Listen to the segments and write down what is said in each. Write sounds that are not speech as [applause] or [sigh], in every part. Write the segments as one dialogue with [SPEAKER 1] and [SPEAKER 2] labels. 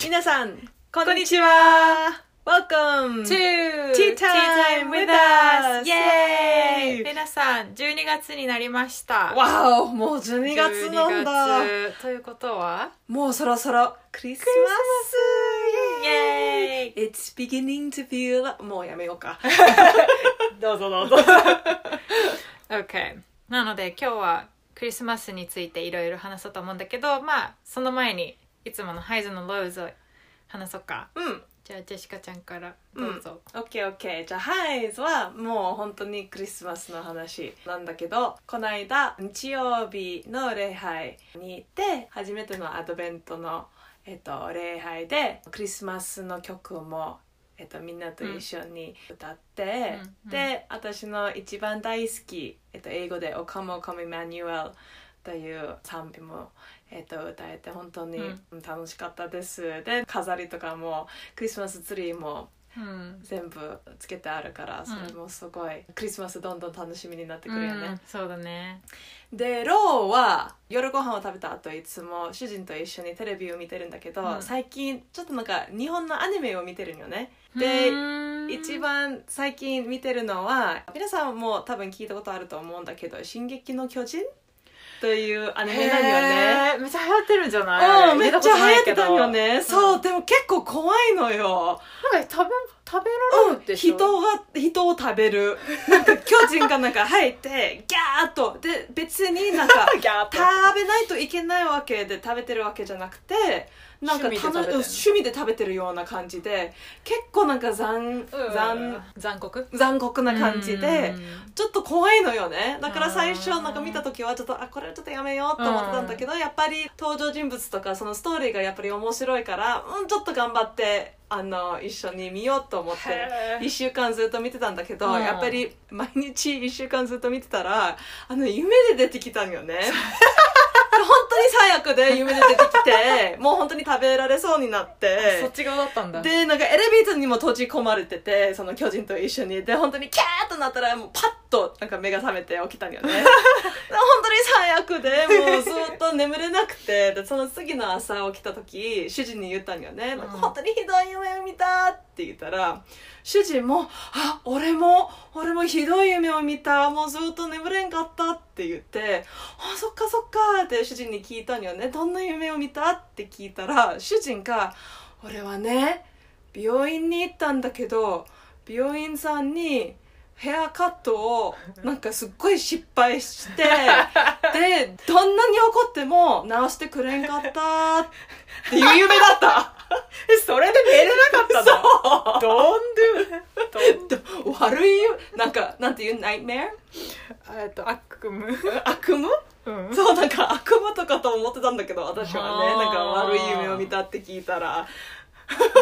[SPEAKER 1] 皆さん、こんにちは。Welcome
[SPEAKER 2] to
[SPEAKER 1] Tea Time with Us!
[SPEAKER 2] イ
[SPEAKER 1] Yay!
[SPEAKER 2] ェーイ皆さん、12月になりました。
[SPEAKER 1] わお、もう12月なんだ。
[SPEAKER 2] 12月ということは
[SPEAKER 1] もうそろそろクリスマス
[SPEAKER 2] イェーイ
[SPEAKER 1] It's beginning to feel like- もうやめよう [laughs] か。どうぞどうぞ。
[SPEAKER 2] ?OK。なので今日はクリスマスについていろいろ話そうと思うんだけど、まあ、その前にいつものハイズのローズを話そうか。
[SPEAKER 1] うん。
[SPEAKER 2] じゃあ、ジェシカちゃんからどうぞ。
[SPEAKER 1] オッケーオッケー。じゃあ、ハイズはもう本当にクリスマスの話なんだけど、この間、日曜日の礼拝に行って、初めてのアドベントの、えっと、礼拝で、クリスマスの曲も、えっと、みんなと一緒に歌って、
[SPEAKER 2] うん
[SPEAKER 1] で、私の一番大好き、えっと、英語で、おかもかみマニュエルという賛美も、えっと、歌えて本当に楽しかったです。で、飾りとかも、クリスマスツリーも、
[SPEAKER 2] うん。
[SPEAKER 1] 全部つけてあるからそれもすごい、クリスマスどんどん楽しみになってくるよ
[SPEAKER 2] うん
[SPEAKER 1] ね、
[SPEAKER 2] そうだね。
[SPEAKER 1] でローは夜ご飯を食べた後いつも主人と一緒にテレビを見てるんだけど、
[SPEAKER 2] うん
[SPEAKER 1] 最近ちょっとなんか日本のアニメを見てるんよねで
[SPEAKER 2] うーん
[SPEAKER 1] 一、番最近見てるのは皆さんも多分聞いたことあると思うんだけど「進撃の巨人」というアニメなんよね
[SPEAKER 2] へーめっちゃ流行ってるんじゃない
[SPEAKER 1] うん、めっちゃ流行ってたんよね。そう、
[SPEAKER 2] ん
[SPEAKER 1] でも結構怖いのよ。
[SPEAKER 2] なんか食べ食べられる
[SPEAKER 1] う
[SPEAKER 2] で
[SPEAKER 1] ん、
[SPEAKER 2] しょ、
[SPEAKER 1] 人が人を食べるなんか巨人がなんか入ってギャーっとで別になんか
[SPEAKER 2] [laughs] ギャーっ
[SPEAKER 1] 食べないといけないわけで食べてるわけじゃなくてなんか
[SPEAKER 2] 趣味で食べてる
[SPEAKER 1] 楽うん趣味で食べてるような感じで結構なんか残残
[SPEAKER 2] 残酷
[SPEAKER 1] 残酷な感じで
[SPEAKER 2] うん
[SPEAKER 1] ちょっと怖いのよねだから最初
[SPEAKER 2] あー
[SPEAKER 1] なんか見た時はちょっとあこれはちょっとやめようと思ってたんだけどやっぱり登場人物とかそのストーリーがやっぱり面白いからうんちょっと頑張ってあの一緒に見ようと思って [laughs]
[SPEAKER 2] へー
[SPEAKER 1] 1週間ずっと見てたんだけど、
[SPEAKER 2] うん
[SPEAKER 1] やっぱり毎日1週間ずっと見てたらあの夢で出てきたんよね [laughs] 本当に最悪で夢で出てきてもう本当に食べられそうになって
[SPEAKER 2] そっち側だったんだ
[SPEAKER 1] でなんかエレベーターにも閉じ込まれててその巨人と一緒にで本当にキャーッとなったらもうパッとなんか目が覚めて起きたんよねで本当に最悪でもうずっと眠れなくてでその次の朝起きた時主人に言ったんよね、
[SPEAKER 2] うん
[SPEAKER 1] 本当にひどい夢を見たって言ったら主人も「あ俺も俺もひどい夢を見たもうずっと眠れんかった」って言って「あそっかそっか」って主人に聞いたんよね「どんな夢を見た?」って聞いたら主人が「俺はね病院に行ったんだけど病院さんにヘアカット
[SPEAKER 2] [laughs]
[SPEAKER 1] をなんかすっごい失敗してでどんなに怒っても治してくれんかったっていう夢だった。
[SPEAKER 2] [laughs] それで寝れなかった
[SPEAKER 1] [laughs] そう
[SPEAKER 2] のどんどん
[SPEAKER 1] ど悪い夢なんかなんていう nightmare
[SPEAKER 2] えっと悪夢
[SPEAKER 1] 悪夢
[SPEAKER 2] うん
[SPEAKER 1] そうなんか悪夢とかと思ってたんだけど私はね
[SPEAKER 2] あー
[SPEAKER 1] なんか悪い夢を見たって聞いたら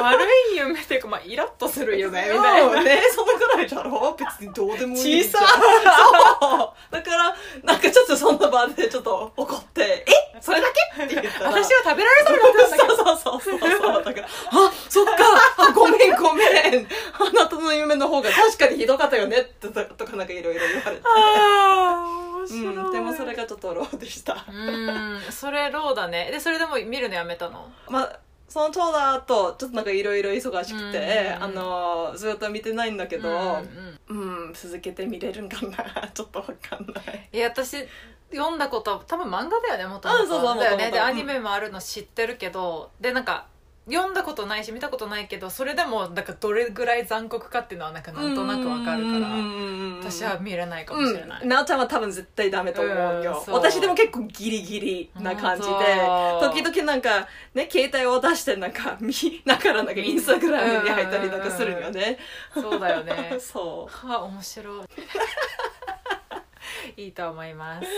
[SPEAKER 2] 悪い夢っていうかまあイラッとする夢みたい
[SPEAKER 1] そ
[SPEAKER 2] な
[SPEAKER 1] うねそのぐらいだろ別にどうでもいい
[SPEAKER 2] 小さ
[SPEAKER 1] そうだからなんかちょっとそんな場でちょっと怒って「えそれだけ?」って言ったら
[SPEAKER 2] 私は食べられそうになってたんだけど
[SPEAKER 1] そうそうそうそうそうだから「あそっかあごめんごめんあなたの夢の方が確かにひどかったよね」とかとかなんかいろいろ言われて。
[SPEAKER 2] ああ面白い、
[SPEAKER 1] うん、でもそれがちょっとローでした
[SPEAKER 2] うんそれローだねでそれでも見るのやめたの
[SPEAKER 1] まあそのちょうどあとちょっとなんかいろいろ忙しくて、
[SPEAKER 2] うん
[SPEAKER 1] あのずっと見てないんだけど
[SPEAKER 2] うんうん
[SPEAKER 1] うん、続けて見れるんかなちょっとわかんない
[SPEAKER 2] いや私読んだこと多分漫画だよねもと
[SPEAKER 1] うんそうそう
[SPEAKER 2] だよ
[SPEAKER 1] 元
[SPEAKER 2] ね
[SPEAKER 1] 々
[SPEAKER 2] でアニメもあるの知ってるけどでなんか読んだことないし見たことないけどそれでもなんかどれぐらい残酷かっていうのはなんか [laughs] なんとなくわかるから私は見れないかもしれない、
[SPEAKER 1] うん、なおちゃんは多分絶対ダメと思うよ、
[SPEAKER 2] うんそう
[SPEAKER 1] 私でも結構ギリギリな感じで
[SPEAKER 2] うんそう
[SPEAKER 1] 時々なんかね携帯を出してなんか見ながらなんかインスタグラムに入ったりなんかするよね、
[SPEAKER 2] そうだよね
[SPEAKER 1] [laughs] そ
[SPEAKER 2] はあ面白 [laughs] いいいと思います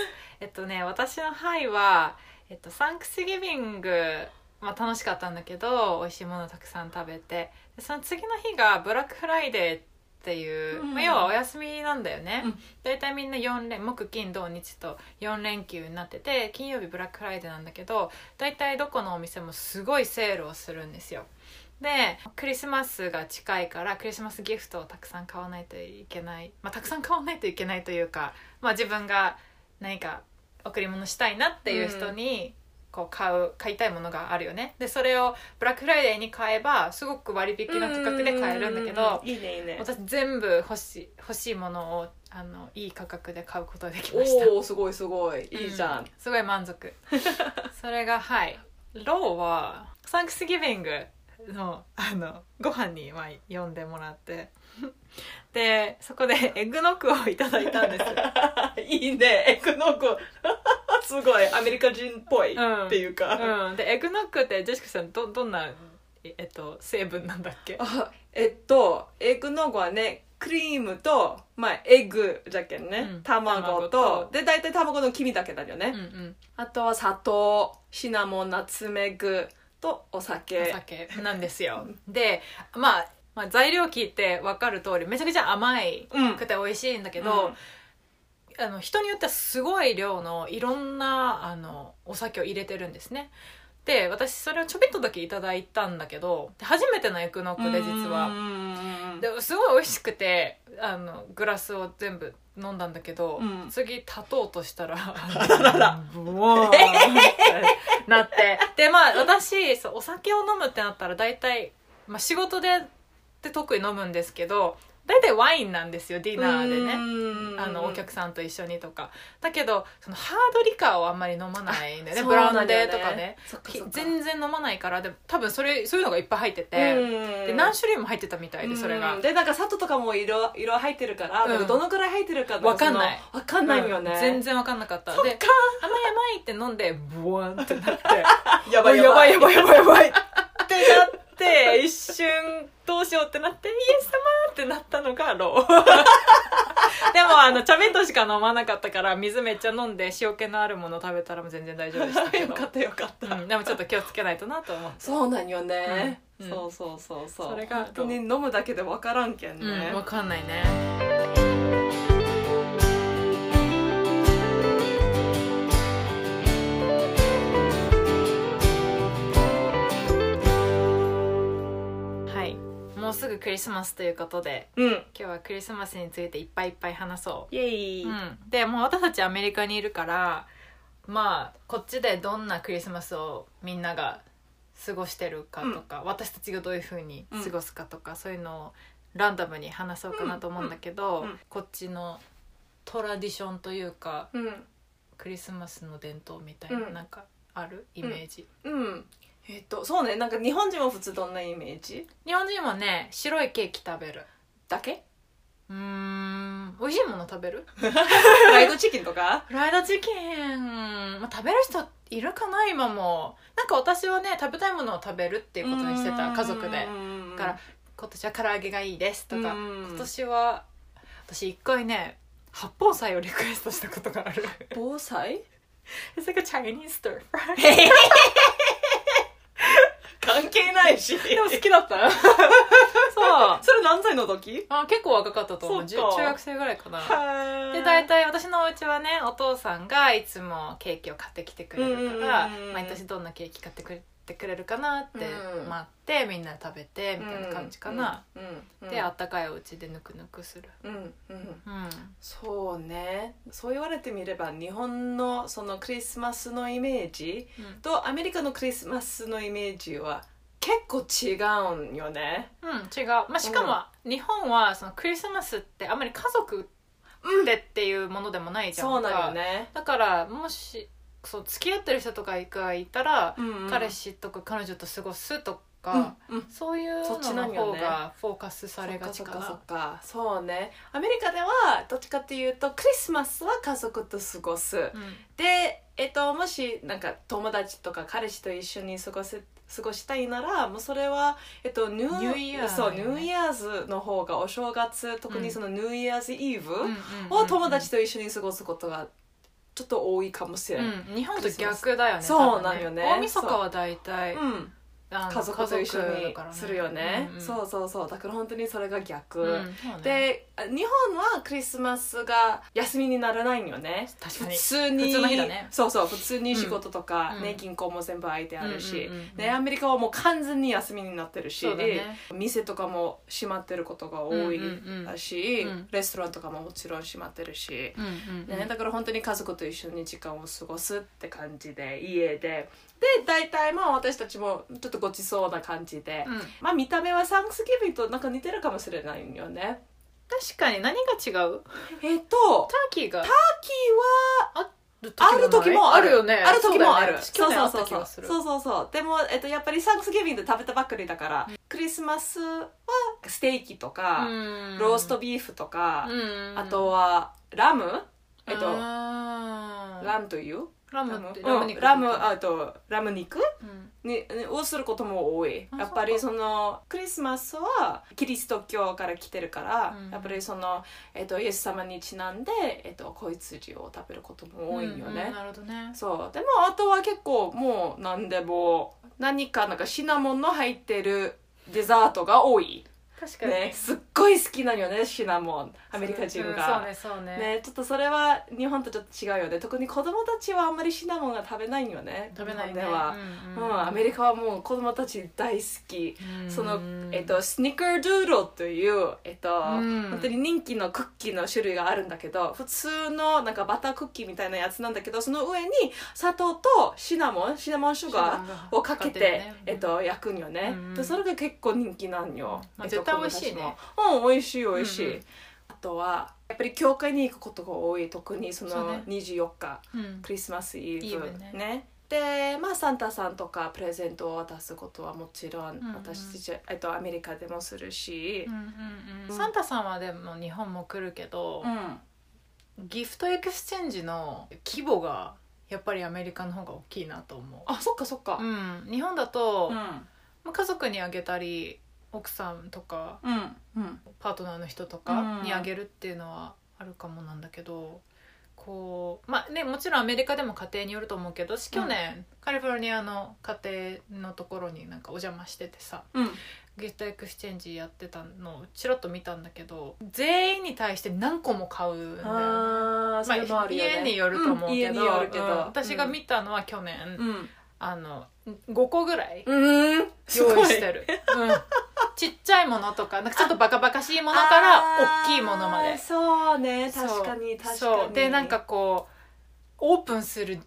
[SPEAKER 2] えっとね私の「はい」は、えっと、サンクスギビング、まあ、楽しかったんだけど美味しいものたくさん食べてでその次の日がブラックフライデーっていう、
[SPEAKER 1] うん
[SPEAKER 2] まあ、要はお休みなんだよね、
[SPEAKER 1] うん
[SPEAKER 2] 大体みんな4連木金土日と4連休になってて金曜日ブラックフライデーなんだけど大体どこのお店もすごいセールをするんですよでクリスマスが近いからクリスマスギフトをたくさん買わないといけない、まあ、たくさん買わないといけないというか、まあ、自分が何か贈り物したいなっていう人にこう買う買いたいものがあるよねでそれをブラックフライデーに買えばすごく割引の価格で買えるんだけ
[SPEAKER 1] うう
[SPEAKER 2] ど
[SPEAKER 1] うういいねいいね
[SPEAKER 2] 私全部欲しい欲しいものをあのいい価格で買うことができました
[SPEAKER 1] おおすごいすごいいいじゃ、
[SPEAKER 2] うんすごい満 [laughs] 足それがはいローはサンクスギビングのあのご飯にまあ呼んでもらって [laughs] でそこでエッグノックをいただいたんです
[SPEAKER 1] いいね [laughs] エクノコすごいアメリカ人っぽい、
[SPEAKER 2] うん
[SPEAKER 1] っていうか、
[SPEAKER 2] [laughs] うん、でエッグノックってジェシカさんどどんな、ええっと、成分なんだっけ
[SPEAKER 1] あえっとエッグノーゴはねクリームと、まあ、エッグじゃけんね、
[SPEAKER 2] うん
[SPEAKER 1] 卵と
[SPEAKER 2] 卵と
[SPEAKER 1] で大体卵の黄身だけだよね、
[SPEAKER 2] うんうん、
[SPEAKER 1] あとは砂糖シナモンナツメグとお酒
[SPEAKER 2] お酒なんですよで、まあ、まあ材料聞いて分かる通りめちゃくちゃ甘い
[SPEAKER 1] うん
[SPEAKER 2] くて美味しいんだけ
[SPEAKER 1] け
[SPEAKER 2] ど、あの人によってはすごい量のいろんなあのお酒を入れてるんですねで私それをちょびっとだけいただいたんだけどで初めてのエクノックで実は
[SPEAKER 1] は
[SPEAKER 2] ですごい美味しくてあのグラスを全部飲んだんだけど、
[SPEAKER 1] うん
[SPEAKER 2] 次立とうとしたら
[SPEAKER 1] らら
[SPEAKER 2] ブワーンって [laughs] なってでまあ私そうお酒を飲むってなったら大体、まあ、仕事でで特に飲むんですけど大体ワインなんですよディナーでね。あのお客さんと一緒にとかだけどそのハードリカーをあんまり飲まないんだよ [laughs] ねブランデーとかね
[SPEAKER 1] 然
[SPEAKER 2] 全然飲まないからで多分それそういうのがいっぱい入ってて、で何種類も入ってたみたいでそれが、
[SPEAKER 1] でなんか砂糖とかも色色入ってるから、
[SPEAKER 2] うん
[SPEAKER 1] なんかどのくらい入ってるか
[SPEAKER 2] わかんない
[SPEAKER 1] わかんないよね、
[SPEAKER 2] うん全然分かんなかった
[SPEAKER 1] そっか
[SPEAKER 2] で甘い甘いって飲んでブワンってなって
[SPEAKER 1] や
[SPEAKER 2] ばいやばい
[SPEAKER 1] やばいやばいやばい
[SPEAKER 2] [laughs] ってなって [laughs] 一瞬どうしようってなってイエス様ってなったのがロ [laughs] ーでもあの茶弁当しか飲まなかったから水めっちゃ飲んで塩気のあるもの食べたらもう全然大丈夫でしたけ
[SPEAKER 1] よ
[SPEAKER 2] ど
[SPEAKER 1] かったよかった、
[SPEAKER 2] うん、でもちょっと気をつけないとなと思う
[SPEAKER 1] そうなんよね、
[SPEAKER 2] うん
[SPEAKER 1] そうそうそうそう
[SPEAKER 2] それが
[SPEAKER 1] 本当に飲むだけでわからんけんね、
[SPEAKER 2] うん、わかんないね。はい、もうすぐクリスマスということで、
[SPEAKER 1] うん
[SPEAKER 2] 今日はクリスマスについていっぱいいっぱい話そ
[SPEAKER 1] イエイ、
[SPEAKER 2] う。うん、で、もう私たちアメリカにいるから、まあこっちでどんなクリスマスをみんなが過ごしてるかとか、私たちがどういうふうに過ごすかとか、そういうのをランダムに話そうかなと思うんだけど、
[SPEAKER 1] うんうん
[SPEAKER 2] こっちのトラディションというか
[SPEAKER 1] うん
[SPEAKER 2] クリスマスの伝統みたいな、
[SPEAKER 1] うん
[SPEAKER 2] なんかあるイメージ、
[SPEAKER 1] うんえっとそうねなんか日本人も普通どんなイメージ
[SPEAKER 2] 日本人もね白いケーキ食べる
[SPEAKER 1] だけ
[SPEAKER 2] うーん美味しいもの食べる
[SPEAKER 1] フライドチキンと [laughs] か
[SPEAKER 2] フライドチキン、まあ、食べる人いるかな今もなんか私はね食べたいものを食べるっていうことにしてた家族でだから今年は唐揚げがいいですとか今
[SPEAKER 1] 今
[SPEAKER 2] 年は私一回ね八宝菜をリクエストしたことがある
[SPEAKER 1] 防災
[SPEAKER 2] [laughs] It's like a Chinese stir fry
[SPEAKER 1] 関係ないし
[SPEAKER 2] でも好きだった [laughs] そう
[SPEAKER 1] それ何歳の時
[SPEAKER 2] あ結構若かったと思うじゅ
[SPEAKER 1] そっか
[SPEAKER 2] 中学生ぐらいかな
[SPEAKER 1] は
[SPEAKER 2] で大体私のお家はねお父さんがいつもケーキを買ってきてくれるから
[SPEAKER 1] うんうんうんうん
[SPEAKER 2] 毎年どんなケーキ買ってくれてくれるかなって
[SPEAKER 1] うん
[SPEAKER 2] 待ってみんなで食べてみたいな感じかな、
[SPEAKER 1] うんうん
[SPEAKER 2] であったかいお家でぬくぬくする
[SPEAKER 1] うんうん
[SPEAKER 2] うん
[SPEAKER 1] そうねそう言われてみれば日本のそのクリスマスのイメージとアメリカのクリスマスのイメージは結構違うんよね
[SPEAKER 2] うん、違う、まあ、しかも日本はそのクリスマスってあんまり家族でっていうものでもないじゃんか、
[SPEAKER 1] そうなのね
[SPEAKER 2] だからもしそう付き合ってる人とかがいたら、
[SPEAKER 1] うんうん
[SPEAKER 2] 彼氏とか彼女と過ごすと
[SPEAKER 1] うん
[SPEAKER 2] か、
[SPEAKER 1] うん
[SPEAKER 2] そういう
[SPEAKER 1] そっちなん
[SPEAKER 2] のの
[SPEAKER 1] よ
[SPEAKER 2] 方
[SPEAKER 1] ね
[SPEAKER 2] がフォーカスされがち
[SPEAKER 1] そっ
[SPEAKER 2] か
[SPEAKER 1] か
[SPEAKER 2] な
[SPEAKER 1] そっかそうねアメリカではどっちかっていうとクリスマスは家族と過ごす、で、えっと、もしなんか友達とか彼氏と一緒に過ごせ過ごしたいならもうそれは、えっと、ニュ
[SPEAKER 2] ニューイヤー
[SPEAKER 1] そう
[SPEAKER 2] だ
[SPEAKER 1] ニ
[SPEAKER 2] よね
[SPEAKER 1] ューイヤーズの方がお正月特にそのニューイヤーズイーブ
[SPEAKER 2] うんうん
[SPEAKER 1] を友達と一緒に過ごすことがちょっと多いかもしれ
[SPEAKER 2] う
[SPEAKER 1] ない。
[SPEAKER 2] ん、日本と逆だよね
[SPEAKER 1] そう
[SPEAKER 2] 多分
[SPEAKER 1] なんよね
[SPEAKER 2] 大晦日は大体
[SPEAKER 1] うん
[SPEAKER 2] あの
[SPEAKER 1] 家族と一緒
[SPEAKER 2] 家族だ
[SPEAKER 1] に
[SPEAKER 2] から
[SPEAKER 1] するよね
[SPEAKER 2] うんうん
[SPEAKER 1] そうそうそうだから本当にそれが逆、
[SPEAKER 2] うんそうね
[SPEAKER 1] であ日本はクリスマスが休みにならないんよね
[SPEAKER 2] 確かに
[SPEAKER 1] 普通に
[SPEAKER 2] 普通の日だね
[SPEAKER 1] そうそう普通に仕事とか、
[SPEAKER 2] うん
[SPEAKER 1] ね銀行も全部空いてあるし、
[SPEAKER 2] うんうんうんうん
[SPEAKER 1] でアメリカはもう完全に休みになってるし、
[SPEAKER 2] そうだね
[SPEAKER 1] 店とかも閉まってることが多い
[SPEAKER 2] うんうんうん
[SPEAKER 1] し、
[SPEAKER 2] うん
[SPEAKER 1] レストランとかももちろん閉まってるし、
[SPEAKER 2] うんうんうん
[SPEAKER 1] ね、だから本当に家族と一緒に時間を過ごすって感じで家でで大体まあ私たちもちょっとごちそうな感じで、
[SPEAKER 2] うん
[SPEAKER 1] まあ見た目はサンクスギビングとなんか似てるかもしれないんよね
[SPEAKER 2] 確かに何が違う
[SPEAKER 1] えっと
[SPEAKER 2] ターキーが
[SPEAKER 1] 秋はあ
[SPEAKER 2] あ
[SPEAKER 1] る時も
[SPEAKER 2] あ
[SPEAKER 1] あ
[SPEAKER 2] る
[SPEAKER 1] る
[SPEAKER 2] よね
[SPEAKER 1] ある時もある。
[SPEAKER 2] そうだよね去年あった気
[SPEAKER 1] そう
[SPEAKER 2] が
[SPEAKER 1] そ
[SPEAKER 2] す
[SPEAKER 1] う
[SPEAKER 2] る
[SPEAKER 1] そうそうそう。でもえっとやっぱりサンクスギビングで食べたばっかりだから、クリスマスはステーキとか、
[SPEAKER 2] うん
[SPEAKER 1] ローストビーフとか、
[SPEAKER 2] うん
[SPEAKER 1] あとはラムえっと、
[SPEAKER 2] あー
[SPEAKER 1] ラムという
[SPEAKER 2] ラ
[SPEAKER 1] ラ
[SPEAKER 2] ム
[SPEAKER 1] ム
[SPEAKER 2] って
[SPEAKER 1] ラム,、うん、
[SPEAKER 2] 肉
[SPEAKER 1] ラムあとラム肉
[SPEAKER 2] うん
[SPEAKER 1] ににをすることも多い
[SPEAKER 2] あ
[SPEAKER 1] やっぱり
[SPEAKER 2] そ
[SPEAKER 1] そのクリスマスはキリスト教から来てるから、
[SPEAKER 2] うん
[SPEAKER 1] やっぱりその、えっとイエス様にちなんで、えっと、子羊を食べることも多いよね、
[SPEAKER 2] うんうんなるほどね
[SPEAKER 1] そうでもあとは結構もう何でも何かなんかシナモンの入ってるデザートが多い、
[SPEAKER 2] 確かに
[SPEAKER 1] ね、すっごい好きなのよねシナモンアメリカ人
[SPEAKER 2] う
[SPEAKER 1] が、
[SPEAKER 2] んそうねそうね
[SPEAKER 1] ね、ちょっとそれは日本とちょっと違うよね特に子供たちはあんまりシナモンが食べないよね
[SPEAKER 2] 食べない
[SPEAKER 1] 日
[SPEAKER 2] ね
[SPEAKER 1] 本では、
[SPEAKER 2] う
[SPEAKER 1] うんん
[SPEAKER 2] うん
[SPEAKER 1] アメリカはもう子供たち大好き、
[SPEAKER 2] うん
[SPEAKER 1] その、えっと、スニッカードゥードルという、えっと
[SPEAKER 2] ん
[SPEAKER 1] 本当に人気のクッキーの種類があるんだけど普通のなんかバタークッキーみたいなやつなんだけどその上に砂糖とシナモンシナモンシュガーをかけてえっと、焼くんよね、
[SPEAKER 2] うん
[SPEAKER 1] でそれが結構人気なんよ、
[SPEAKER 2] まあ
[SPEAKER 1] えっと
[SPEAKER 2] 絶対美味しいね
[SPEAKER 1] 子供たちもうん美味しい美味しい、
[SPEAKER 2] うんうん
[SPEAKER 1] あとはやっぱり教会に行くことが多い特にそ
[SPEAKER 2] そう
[SPEAKER 1] の
[SPEAKER 2] ね
[SPEAKER 1] 24日、
[SPEAKER 2] うん
[SPEAKER 1] クリスマスイ
[SPEAKER 2] イ
[SPEAKER 1] ー
[SPEAKER 2] ー
[SPEAKER 1] ブ
[SPEAKER 2] ブ
[SPEAKER 1] ね
[SPEAKER 2] ね
[SPEAKER 1] でまあサンタさんとかプレゼントを渡すことはもちろん、
[SPEAKER 2] んうん
[SPEAKER 1] 私たち、えっと、アメリカでもするし
[SPEAKER 2] う、んうんうんサンタさんはでも日本も来るけど
[SPEAKER 1] うん
[SPEAKER 2] ギフトエクスチェンジの規模がやっぱりアメリカの方が大きいなと思
[SPEAKER 1] あそっかそっか
[SPEAKER 2] う、うん、日本だと、
[SPEAKER 1] うん
[SPEAKER 2] まあ家族にあげたり奥さんとか
[SPEAKER 1] うんうん
[SPEAKER 2] パートナーの人と
[SPEAKER 1] う
[SPEAKER 2] か
[SPEAKER 1] ん
[SPEAKER 2] にあげるっていうのはあるかもなんだけどこうまあねもちろんアメリカでも家庭によると思うけど私去年、カリフォルニアの家庭のところになんかお邪魔しててさ
[SPEAKER 1] うん
[SPEAKER 2] ギフトエクスチェンジやってたのをちらっと見たんだけど全員に対して何個も買うんだよね。
[SPEAKER 1] あーそ
[SPEAKER 2] まあ
[SPEAKER 1] れもあるよね、
[SPEAKER 2] 家によると思うけど,、
[SPEAKER 1] ん家によるけど、
[SPEAKER 2] うん私が見たのは去年、
[SPEAKER 1] うん
[SPEAKER 2] あの5個ぐらい
[SPEAKER 1] うん、うん、す
[SPEAKER 2] 用
[SPEAKER 1] ご
[SPEAKER 2] 意
[SPEAKER 1] い
[SPEAKER 2] してる、うん、 [laughs] ちっちゃいものとかなんかちょっとバカバカしいものから
[SPEAKER 1] あー
[SPEAKER 2] 大きいものまで
[SPEAKER 1] そうね
[SPEAKER 2] そう
[SPEAKER 1] 確かに確か
[SPEAKER 2] そ
[SPEAKER 1] に
[SPEAKER 2] うでなんかこうオープンする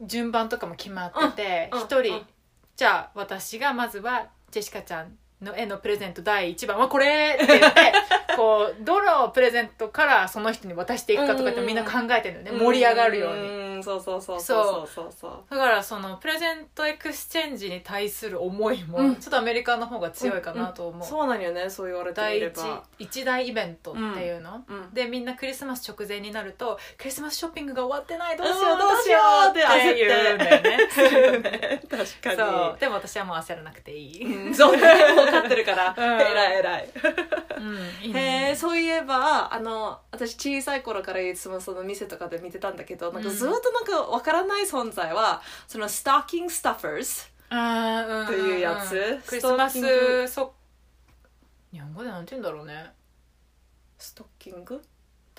[SPEAKER 2] 順番とかも決まってて
[SPEAKER 1] うんうん
[SPEAKER 2] 一、人、
[SPEAKER 1] うん
[SPEAKER 2] じゃあ私がまずはジェシカちゃんの絵のプレゼント第1番はこれって言って [laughs] こうどのプレゼントからその人に渡していくかとかってみんな考えてるのね、盛り上がるように。
[SPEAKER 1] うんそうそうそうそうそうそう
[SPEAKER 2] だからそのプレゼントエクスチェンジに対する思いも、
[SPEAKER 1] うん
[SPEAKER 2] ちょっとアメリカの方が強いかなと思う、
[SPEAKER 1] そうなんよねそう言われてみ
[SPEAKER 2] 第
[SPEAKER 1] れ
[SPEAKER 2] 一
[SPEAKER 1] ば
[SPEAKER 2] 一大イベントっていうの、
[SPEAKER 1] うん
[SPEAKER 2] でみんなクリスマス直前になるとクリスマスショッピングが終わってないどうしよ
[SPEAKER 1] う
[SPEAKER 2] うんどうしようって言うんだよね
[SPEAKER 1] 確
[SPEAKER 2] そうでも私はもう焦らなくていい、
[SPEAKER 1] うんそうねもう勝ってるから
[SPEAKER 2] うん
[SPEAKER 1] 偉い偉い
[SPEAKER 2] うん、いい
[SPEAKER 1] へ
[SPEAKER 2] ね
[SPEAKER 1] えそういえばあの私小さい頃からいつもその店とかで見てたんだけどなんかずっとなんかわからない存在はそのスタッキングスタッファーズ
[SPEAKER 2] あーうん
[SPEAKER 1] というやつ
[SPEAKER 2] んクリスマ
[SPEAKER 1] ストッキン
[SPEAKER 2] スそ日本語でなんて言うんだろうね
[SPEAKER 1] ストッキング
[SPEAKER 2] っ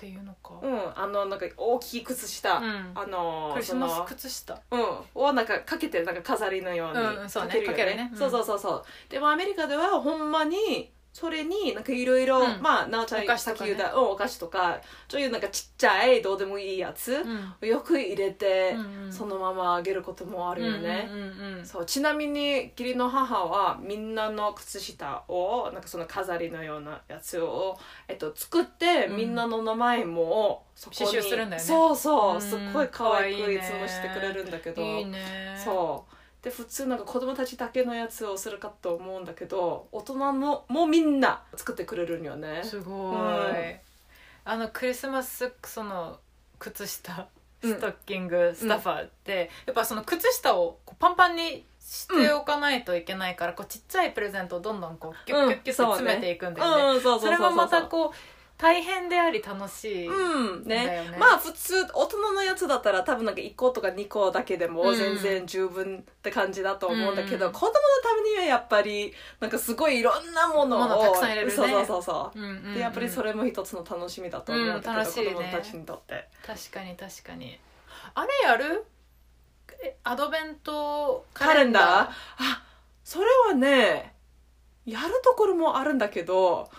[SPEAKER 2] ていうのか、
[SPEAKER 1] うんあのなんか大きい靴下、
[SPEAKER 2] うん
[SPEAKER 1] あの
[SPEAKER 2] クリス
[SPEAKER 1] そ
[SPEAKER 2] マス
[SPEAKER 1] の
[SPEAKER 2] 靴下
[SPEAKER 1] うん、をなんかかけてなんか飾りのように
[SPEAKER 2] うんうんそうね
[SPEAKER 1] よ
[SPEAKER 2] かけるねうん
[SPEAKER 1] そうそうそうそうでもアメリカではほんまにそれになんかいろいろ
[SPEAKER 2] うん
[SPEAKER 1] まあなおちゃん
[SPEAKER 2] お菓子とかね
[SPEAKER 1] 先言うたうんお菓子とかそういうなんかちっちゃいどうでもいいやつ
[SPEAKER 2] うん
[SPEAKER 1] よく入れて、
[SPEAKER 2] うんうん
[SPEAKER 1] そのままあげることもあるよね、
[SPEAKER 2] うんうんうん
[SPEAKER 1] そうちなみに義理の母はみんなの靴下をなんかその飾りのようなやつを、えっと、作って、
[SPEAKER 2] うん
[SPEAKER 1] みんなの名前もそこに
[SPEAKER 2] 刺繍するんだよね
[SPEAKER 1] そうそううんすっごい可愛
[SPEAKER 2] 可
[SPEAKER 1] く
[SPEAKER 2] 愛い
[SPEAKER 1] い
[SPEAKER 2] ね
[SPEAKER 1] つもしてくれるんだけど
[SPEAKER 2] いいね
[SPEAKER 1] そうで普通なんか子供たちだけのやつをするかと思うんだけど大人のもみんな作ってくれるんよね
[SPEAKER 2] すごい、
[SPEAKER 1] うん
[SPEAKER 2] あのクリスマスその靴下
[SPEAKER 1] うん
[SPEAKER 2] ストッキング、スタッファーってやっぱその靴下をこうパンパンにしておかないといけないから、こうちっちゃいプレゼントをどんどんこうギュッギュッギュッて
[SPEAKER 1] うんそうね
[SPEAKER 2] 詰めていくんだよね,、
[SPEAKER 1] うんそうそうそうう
[SPEAKER 2] それもまたこう大変であり楽しい、
[SPEAKER 1] うん
[SPEAKER 2] だ
[SPEAKER 1] ね
[SPEAKER 2] よね
[SPEAKER 1] まあ普通大人のやつだったら多分なんか1個とか2個だけでも
[SPEAKER 2] うん
[SPEAKER 1] 全然十分って感じだと思うんだけど、
[SPEAKER 2] うん
[SPEAKER 1] 子供のためにはやっぱりなんかすごいいろんなものを
[SPEAKER 2] ものたくさん入れるね
[SPEAKER 1] そうそうそうそう
[SPEAKER 2] うんうんうん
[SPEAKER 1] でやっぱりそれも一つの楽しみだと思うんだけど、
[SPEAKER 2] うん楽しいね
[SPEAKER 1] 子供たちにとって
[SPEAKER 2] 確かに確かにあれやるえアドベント
[SPEAKER 1] カレンダーあそれはねやるところもあるんだけど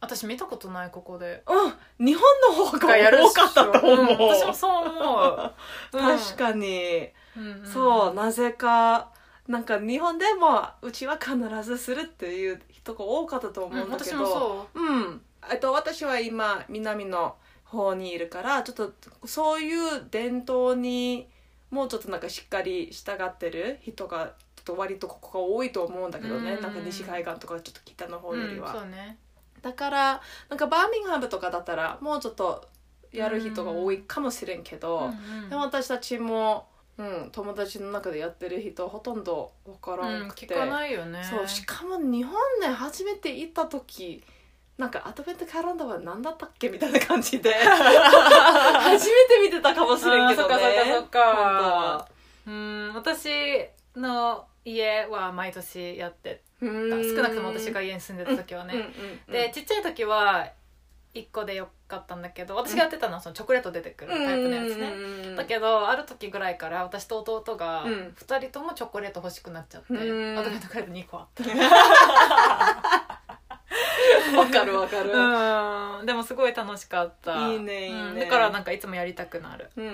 [SPEAKER 2] 私見たことないここで
[SPEAKER 1] うん日本の方が多かったと思う、
[SPEAKER 2] ん私もそ
[SPEAKER 1] [laughs]
[SPEAKER 2] う思う、うん
[SPEAKER 1] 確かに、
[SPEAKER 2] うんうん
[SPEAKER 1] そうなぜかなんか日本でもうちは必ずするっていう人が多かったと思
[SPEAKER 2] う
[SPEAKER 1] うん
[SPEAKER 2] ん、
[SPEAKER 1] だけ
[SPEAKER 2] 私
[SPEAKER 1] ど、
[SPEAKER 2] もそ
[SPEAKER 1] うん、えっと私は今南の方にいるからちょっとそういう伝統にもうちょっとなんかしっかり従ってる人がちょっと割とここが多いと思うんだけどね、
[SPEAKER 2] うん
[SPEAKER 1] なんか西海岸とかちょっと北の
[SPEAKER 2] う、
[SPEAKER 1] 方
[SPEAKER 2] う
[SPEAKER 1] より
[SPEAKER 2] ん、
[SPEAKER 1] は、
[SPEAKER 2] そうね
[SPEAKER 1] だからなんかバーミンガムとかだったらもうちょっとやる人が多いかもしれんけど、
[SPEAKER 2] うんうん
[SPEAKER 1] でも私たちも、うん、友達の中でやってる人ほとんどわから
[SPEAKER 2] うんん
[SPEAKER 1] くて、
[SPEAKER 2] 聞かないよね
[SPEAKER 1] そうしかも日本で初めて行った時なんかアドベントカレンダーは何だったっけみたいな感
[SPEAKER 2] [laughs]
[SPEAKER 1] じで [laughs] 初めて見てたかもしれんけどね
[SPEAKER 2] あーそっかそっかそっか
[SPEAKER 1] 本当は
[SPEAKER 2] うん私の家は毎年やって
[SPEAKER 1] う
[SPEAKER 2] た
[SPEAKER 1] ーん
[SPEAKER 2] 少なくとも私が家に住んでた時はね、
[SPEAKER 1] うんうんうん
[SPEAKER 2] でちっちゃい時は1個でよかったんだけど私がやってたのはそのチョコレート出てくるタイプのやつね、
[SPEAKER 1] うん
[SPEAKER 2] だけどある時ぐらいから私と弟が
[SPEAKER 1] うん
[SPEAKER 2] 2人ともチョコレート欲しくなっちゃって、
[SPEAKER 1] うん
[SPEAKER 2] アドベントカレード2個あった
[SPEAKER 1] わかるわかる、
[SPEAKER 2] うんでもすごい楽しかった
[SPEAKER 1] いいねいいね
[SPEAKER 2] うんだからなんかいつもやりたくなる
[SPEAKER 1] うん
[SPEAKER 2] うん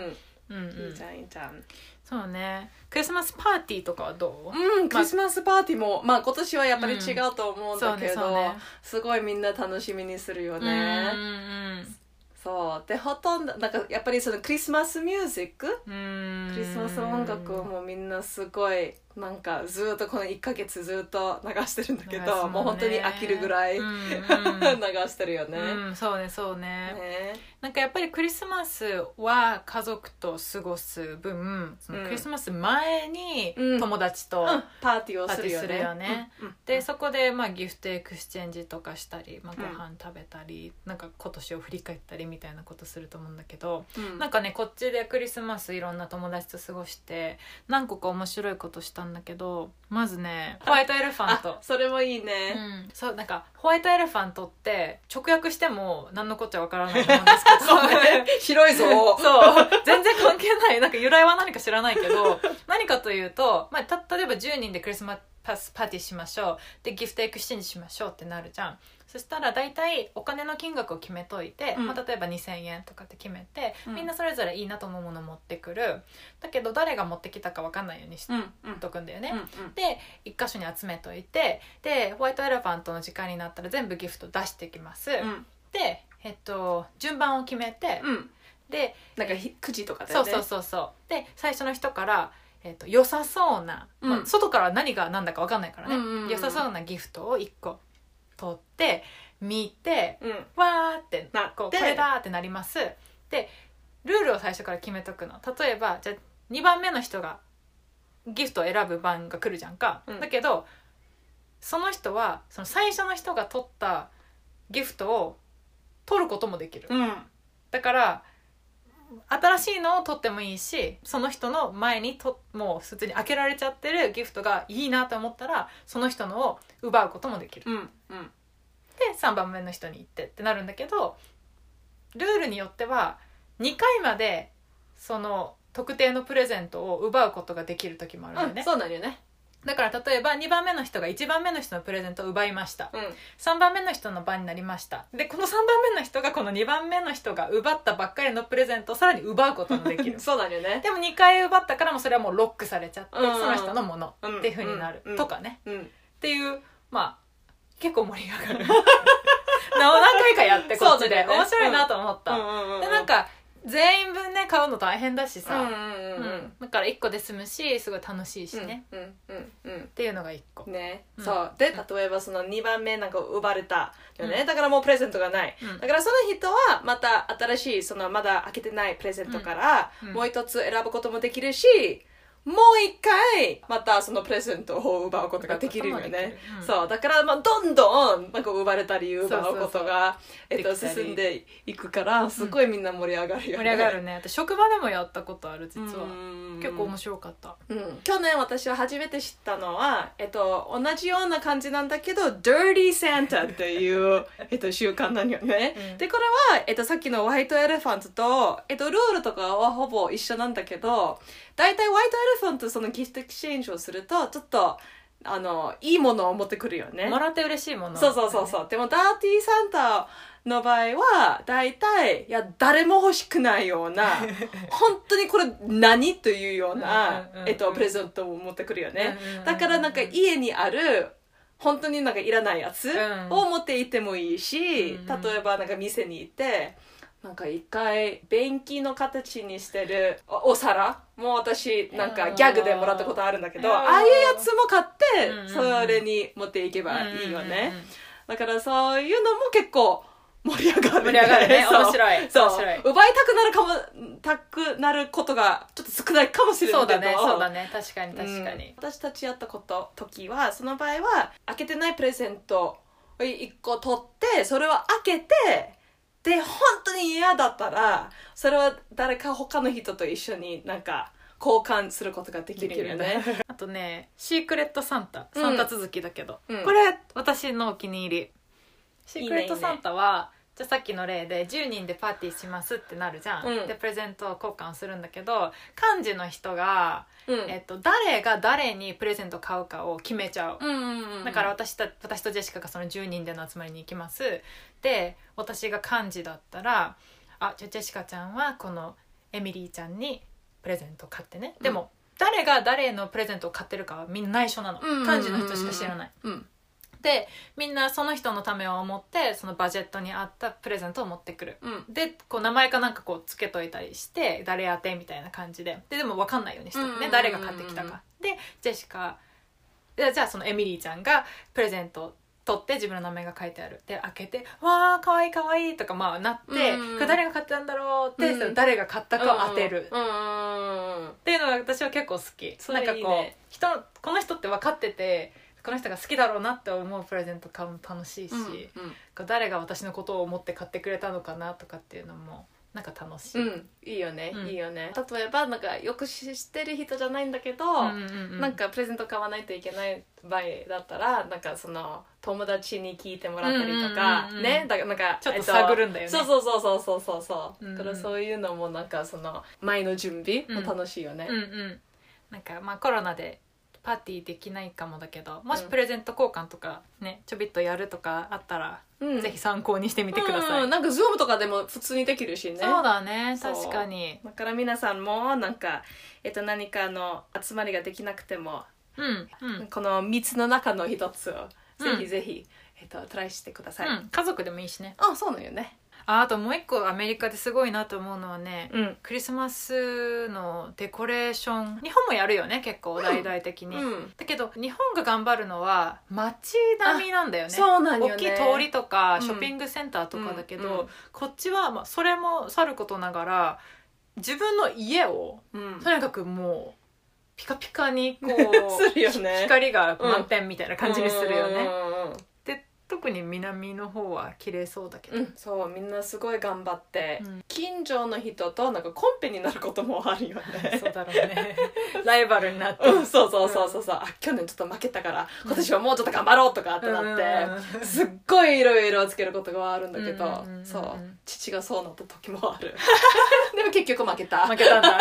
[SPEAKER 2] うん
[SPEAKER 1] いいじゃんいいじゃん
[SPEAKER 2] そうねクリスマスパーティーとかはどう、
[SPEAKER 1] うんクリスマスパーティーもまあ今年はやっぱり違うと思うん
[SPEAKER 2] そ
[SPEAKER 1] だ
[SPEAKER 2] う
[SPEAKER 1] け
[SPEAKER 2] ね
[SPEAKER 1] ど、
[SPEAKER 2] そうね
[SPEAKER 1] すごいみんな楽しみにするよ
[SPEAKER 2] うん
[SPEAKER 1] ね、そうでほとんどなんかやっぱりそのクリスマスミュージック
[SPEAKER 2] うんうんうん
[SPEAKER 1] クリスマス音楽をもうみんなすごいなんかずっとこの1ヶ月ずっと流してるんだけ
[SPEAKER 2] [laughs] 流す
[SPEAKER 1] ど
[SPEAKER 2] もんね
[SPEAKER 1] もう本当に飽きるぐらい、
[SPEAKER 2] うんう
[SPEAKER 1] [laughs] 流
[SPEAKER 2] ん
[SPEAKER 1] してるよね。
[SPEAKER 2] うん、そうねそうね
[SPEAKER 1] ね
[SPEAKER 2] なんかやっぱりクリスマスは家族と過ごす分そのクリスマス前に
[SPEAKER 1] うん
[SPEAKER 2] 友達と、
[SPEAKER 1] うん、パーティーをするよね。
[SPEAKER 2] パーティーするよね
[SPEAKER 1] うんうん
[SPEAKER 2] でそこでまあギフトエクスチェンジとかしたり、まあ、
[SPEAKER 1] う
[SPEAKER 2] ご
[SPEAKER 1] ん
[SPEAKER 2] 飯食べたり、なんか今年を振り返ったりみたいなことすると思うんだけど、
[SPEAKER 1] うん
[SPEAKER 2] なんかねこっちでクリスマスいろんな友達と過ごして何個か面白いことしたんだけどまずねホワイトエレファント
[SPEAKER 1] あ。それもいい
[SPEAKER 2] うん
[SPEAKER 1] ね。
[SPEAKER 2] そうなんかホワイトエレファントって直訳しても何のこっちゃわからないと思うんですけど
[SPEAKER 1] そう
[SPEAKER 2] [laughs]
[SPEAKER 1] ね、広いぞ。
[SPEAKER 2] そう全然関係ないなんか由来は何か知らない
[SPEAKER 1] [laughs]
[SPEAKER 2] けど何かというと、まあ、た例えば10人でクリスマスパーティーしましょうでギフトエクスチェンジしましょうってなるじゃんそしたら大体お金の金額を決めといて、
[SPEAKER 1] うん
[SPEAKER 2] まあ、例えば2,000円とかって決めて、
[SPEAKER 1] うん
[SPEAKER 2] みんなそれぞれいいなと思うもの持ってくるだけど誰が持ってきたか分かんないようにし
[SPEAKER 1] うんうん
[SPEAKER 2] とくんだよね、
[SPEAKER 1] うんうん
[SPEAKER 2] で一箇所に集めといてでホワイトエレファントの時間になったら全部ギフト出してきます、
[SPEAKER 1] うん
[SPEAKER 2] で、えっと、順番を決めて、
[SPEAKER 1] うん
[SPEAKER 2] で
[SPEAKER 1] なんかひ9時とかだ
[SPEAKER 2] そ
[SPEAKER 1] よ
[SPEAKER 2] う
[SPEAKER 1] ね。
[SPEAKER 2] そうそうそうで最初の人から、えー、と良さそうな、
[SPEAKER 1] うん
[SPEAKER 2] まあ、外から何が何だか分かんないからね、
[SPEAKER 1] うんうんうん
[SPEAKER 2] 良さそうなギフトを1個取って見て
[SPEAKER 1] うん
[SPEAKER 2] わーって
[SPEAKER 1] なって
[SPEAKER 2] こうこれだーってなりますでルールを最初から決めとくの例えばじゃあ2番目の人がギフトを選ぶ番が来るじゃんか、
[SPEAKER 1] うん
[SPEAKER 2] だけどその人はその最初の人が取ったギフトを取ることもできる、
[SPEAKER 1] うん
[SPEAKER 2] だから新しいのを取ってもいいしその人の前にともう普通に開けられちゃってるギフトがいいなと思ったらその人のを奪うこともできる
[SPEAKER 1] うんうん
[SPEAKER 2] で3番目の人に行ってってなるんだけどルールによっては2回までその特定のプレゼントを奪うことができる時もあるんだよ
[SPEAKER 1] うん
[SPEAKER 2] ね、
[SPEAKER 1] そうなるよね。
[SPEAKER 2] だから例えば2番目の人が1番目の人のプレゼントを奪いました
[SPEAKER 1] うん
[SPEAKER 2] 3番目の人の番になりましたでこの3番目の人がこの2番目の人が奪ったばっかりのプレゼントをさらに奪うこともできる
[SPEAKER 1] そうなるよね。
[SPEAKER 2] [laughs] でも2回奪ったからもうそれはもうロックされちゃって、
[SPEAKER 1] うん
[SPEAKER 2] その人のもの
[SPEAKER 1] うん
[SPEAKER 2] っていうふうになる、
[SPEAKER 1] うん
[SPEAKER 2] とかね
[SPEAKER 1] うん。
[SPEAKER 2] っていうまあ結構盛り上がる [laughs] な何回かやってこっちで、
[SPEAKER 1] そうだね
[SPEAKER 2] 面白いなと思った、で
[SPEAKER 1] で
[SPEAKER 2] なんか全員分ね買うの大変だし
[SPEAKER 1] うんう
[SPEAKER 2] さ、
[SPEAKER 1] んうんうん
[SPEAKER 2] だから1個で済むしすごい楽しいしね、っ
[SPEAKER 1] うんうんうん
[SPEAKER 2] ていうのが1個
[SPEAKER 1] う、んね、
[SPEAKER 2] うん
[SPEAKER 1] そうで例えばその2番目なんか奪われたよね、
[SPEAKER 2] う
[SPEAKER 1] だからもうプレゼントがない、
[SPEAKER 2] うん
[SPEAKER 1] だからその人はまた新しいそのまだ開けてないプレゼントから
[SPEAKER 2] うんうん
[SPEAKER 1] もう一つ選ぶこともできるし、もう一回またそのプレゼントを奪うことができるよ
[SPEAKER 2] 奪うことも
[SPEAKER 1] ね
[SPEAKER 2] できるう。ん
[SPEAKER 1] そうだからまあどんどんなんか奪われたり奪うことがえっと
[SPEAKER 2] できたり
[SPEAKER 1] 進んでいくからすごいみんな盛り上がるよね。
[SPEAKER 2] 盛り上がるね私職場でもやったことある実は
[SPEAKER 1] うん
[SPEAKER 2] 結構面白かった
[SPEAKER 1] うん、去年私は初めて知ったのは、えっと、同じような感じなんだけど「Dirty Santa」っていう、 [laughs] えっと、習慣なのよね。
[SPEAKER 2] うん
[SPEAKER 1] でこれは、えっと、さっきの「ホワイトエレファントと」えっと、ルールとかはほぼ一緒なんだけど大体ホワイトエレファントそのギフトエクシェンジをするとちょっとあのいいものを持ってくるよね。
[SPEAKER 2] もらって嬉しいもの
[SPEAKER 1] そうそうそうそう。でも、ダーティーサンタの場合は、大体、いや、誰も欲しくないよう
[SPEAKER 2] [laughs]
[SPEAKER 1] な、本当にこれ何というような
[SPEAKER 2] うんうんうんう、ん
[SPEAKER 1] えっと、プレゼントを持ってくるよね
[SPEAKER 2] うんうんうんう。ん
[SPEAKER 1] だからなんか家にある、本当になんかいらないやつ
[SPEAKER 2] ん
[SPEAKER 1] を持っていってもいいし、
[SPEAKER 2] うんうん
[SPEAKER 1] 例えばなんか店に行って、なんか一回便器の形にしてるおお皿もう私なんかギャグでもらったことあるんだけど、
[SPEAKER 2] うん
[SPEAKER 1] ああいうやつも買って、
[SPEAKER 2] うんうんうん
[SPEAKER 1] それに持っていけばいいよね。
[SPEAKER 2] うんうんうん
[SPEAKER 1] だからそういうのも結構盛り上がる、
[SPEAKER 2] 盛り上がるね
[SPEAKER 1] [laughs] そう
[SPEAKER 2] 面白い
[SPEAKER 1] そう
[SPEAKER 2] 面白い
[SPEAKER 1] 奪いたくなるかもたくなることがちょっと少ないかもしれな
[SPEAKER 2] そ
[SPEAKER 1] いうけど
[SPEAKER 2] だねそうだね確かに確か
[SPEAKER 1] うん
[SPEAKER 2] に
[SPEAKER 1] 私たちやったこと時はその場合は開けてないプレゼントを1個取ってそれを開けてで本当に嫌だったらそれは誰か他の人と一緒になんか交換することができるよね。
[SPEAKER 2] あとねシークレットサンタ
[SPEAKER 1] うん
[SPEAKER 2] サンタ続きだけど
[SPEAKER 1] うん
[SPEAKER 2] これ私のお気に入りシ
[SPEAKER 1] いね
[SPEAKER 2] ークレットサンタはじゃあさっきの例で10人でパーティーしますってなるじゃん、
[SPEAKER 1] うん
[SPEAKER 2] でプレゼント交換するんだけど幹事の人が、
[SPEAKER 1] うん
[SPEAKER 2] えっと、誰が誰にプレゼント買うかを決めちゃう、
[SPEAKER 1] うんうんうん
[SPEAKER 2] だから私た私とジェシカがその10人での集まりに行きますで私が幹事だったら「あじゃあジェシカちゃんはこのエミリーちゃんにプレゼントを買ってね」でも、誰が誰のプレゼントを買ってるかはみんな内緒なの、
[SPEAKER 1] うんうんうん
[SPEAKER 2] 幹事の人しか知らない
[SPEAKER 1] うん
[SPEAKER 2] でみんなその人のためを思ってそのバジェットに合ったプレゼントを持ってくる
[SPEAKER 1] うん
[SPEAKER 2] でこう名前かなんかこうつけといたりして誰宛てみたいな感じでででも分かんないようにしてた
[SPEAKER 1] うんうんうんう
[SPEAKER 2] ね
[SPEAKER 1] ん
[SPEAKER 2] 誰が買ってきたかでジェシカでじゃあそのエミリーちゃんがプレゼントを取って自分の名前が書いてあるで開けて「わーかわいいかわいい」とかまあなって、
[SPEAKER 1] うんうんうん
[SPEAKER 2] これ誰が買ったんだろうって、
[SPEAKER 1] うん
[SPEAKER 2] その誰が買ったかを当てる、
[SPEAKER 1] うんうんうん
[SPEAKER 2] っていうのが私は結構好き
[SPEAKER 1] それいいね
[SPEAKER 2] なんかこう人のこの人って分かっててこの人が好きだろうなって思うプレゼント買うの楽しいし、
[SPEAKER 1] うん
[SPEAKER 2] こう誰が私のことを思って買ってくれたのかなとかっていうのもなんか楽しい、
[SPEAKER 1] うんうんいいよね、
[SPEAKER 2] うん
[SPEAKER 1] いいよね例えばなんかよく知ってる人じゃないんだけど、
[SPEAKER 2] うんうんうん
[SPEAKER 1] なんかプレゼント買わないといけない場合だったらなんかその友達に聞いてもらったりとか、
[SPEAKER 2] うんうんうんうん
[SPEAKER 1] ねだからなんか
[SPEAKER 2] ちょっと探るんだよね
[SPEAKER 1] そうそうそうそうそうそうそう、
[SPEAKER 2] うんうん
[SPEAKER 1] だからそういうのもなんかその前の準備も楽しいよね、
[SPEAKER 2] うんうんなんかまあコロナでパーティーできないかもだけどもし
[SPEAKER 1] うん
[SPEAKER 2] プレゼント交換とかねちょびっとやるとかあったら、
[SPEAKER 1] うん
[SPEAKER 2] ぜひ参考にしてみてください、
[SPEAKER 1] うんなんかズームとかでも普通にできるしね
[SPEAKER 2] そうだね
[SPEAKER 1] そう
[SPEAKER 2] 確かに
[SPEAKER 1] だから皆さんもなんか、えっと、何かの集まりができなくても
[SPEAKER 2] うんうん、
[SPEAKER 1] この3つの中の一つを
[SPEAKER 2] う
[SPEAKER 1] ぜ
[SPEAKER 2] ん
[SPEAKER 1] ひぜひ、えっと、トライしてください、
[SPEAKER 2] うん、家族でもいいしね
[SPEAKER 1] あそうなんよね
[SPEAKER 2] ああともう一個アメリカですごいなと思うのはね、
[SPEAKER 1] うん
[SPEAKER 2] クリスマスのデコレーション日本もやるよね結構大々的に、
[SPEAKER 1] うん
[SPEAKER 2] だけど日本が頑張るのは街並みなんだよね
[SPEAKER 1] そうなんよね
[SPEAKER 2] 大きい通りとか
[SPEAKER 1] うん
[SPEAKER 2] ショッピングセンターとかだけど、
[SPEAKER 1] うんうん
[SPEAKER 2] こっちはまあそれもさることながら自分の家を
[SPEAKER 1] うん
[SPEAKER 2] とにかくもうピカピカにこう
[SPEAKER 1] [laughs] するよね
[SPEAKER 2] 光が満点みたいな感じにするよね、
[SPEAKER 1] ね
[SPEAKER 2] で特に南の方は綺麗そうだけど、
[SPEAKER 1] うんそうみんなすごい頑張って、
[SPEAKER 2] うん
[SPEAKER 1] 近所の人となんかコンペになることもあるよね
[SPEAKER 2] [laughs] そうだろうねライバルになって
[SPEAKER 1] うん、そうそうそうそうそう、あ去年ちょっと負けたから今年はもうちょっと頑張ろうとかってなって、
[SPEAKER 2] うん
[SPEAKER 1] すっごいいろいろつけることがあるんだけど、
[SPEAKER 2] うんうんうんうん
[SPEAKER 1] そう父がそうなった時もある [laughs] でも結局負けた
[SPEAKER 2] [laughs] 負けたんだ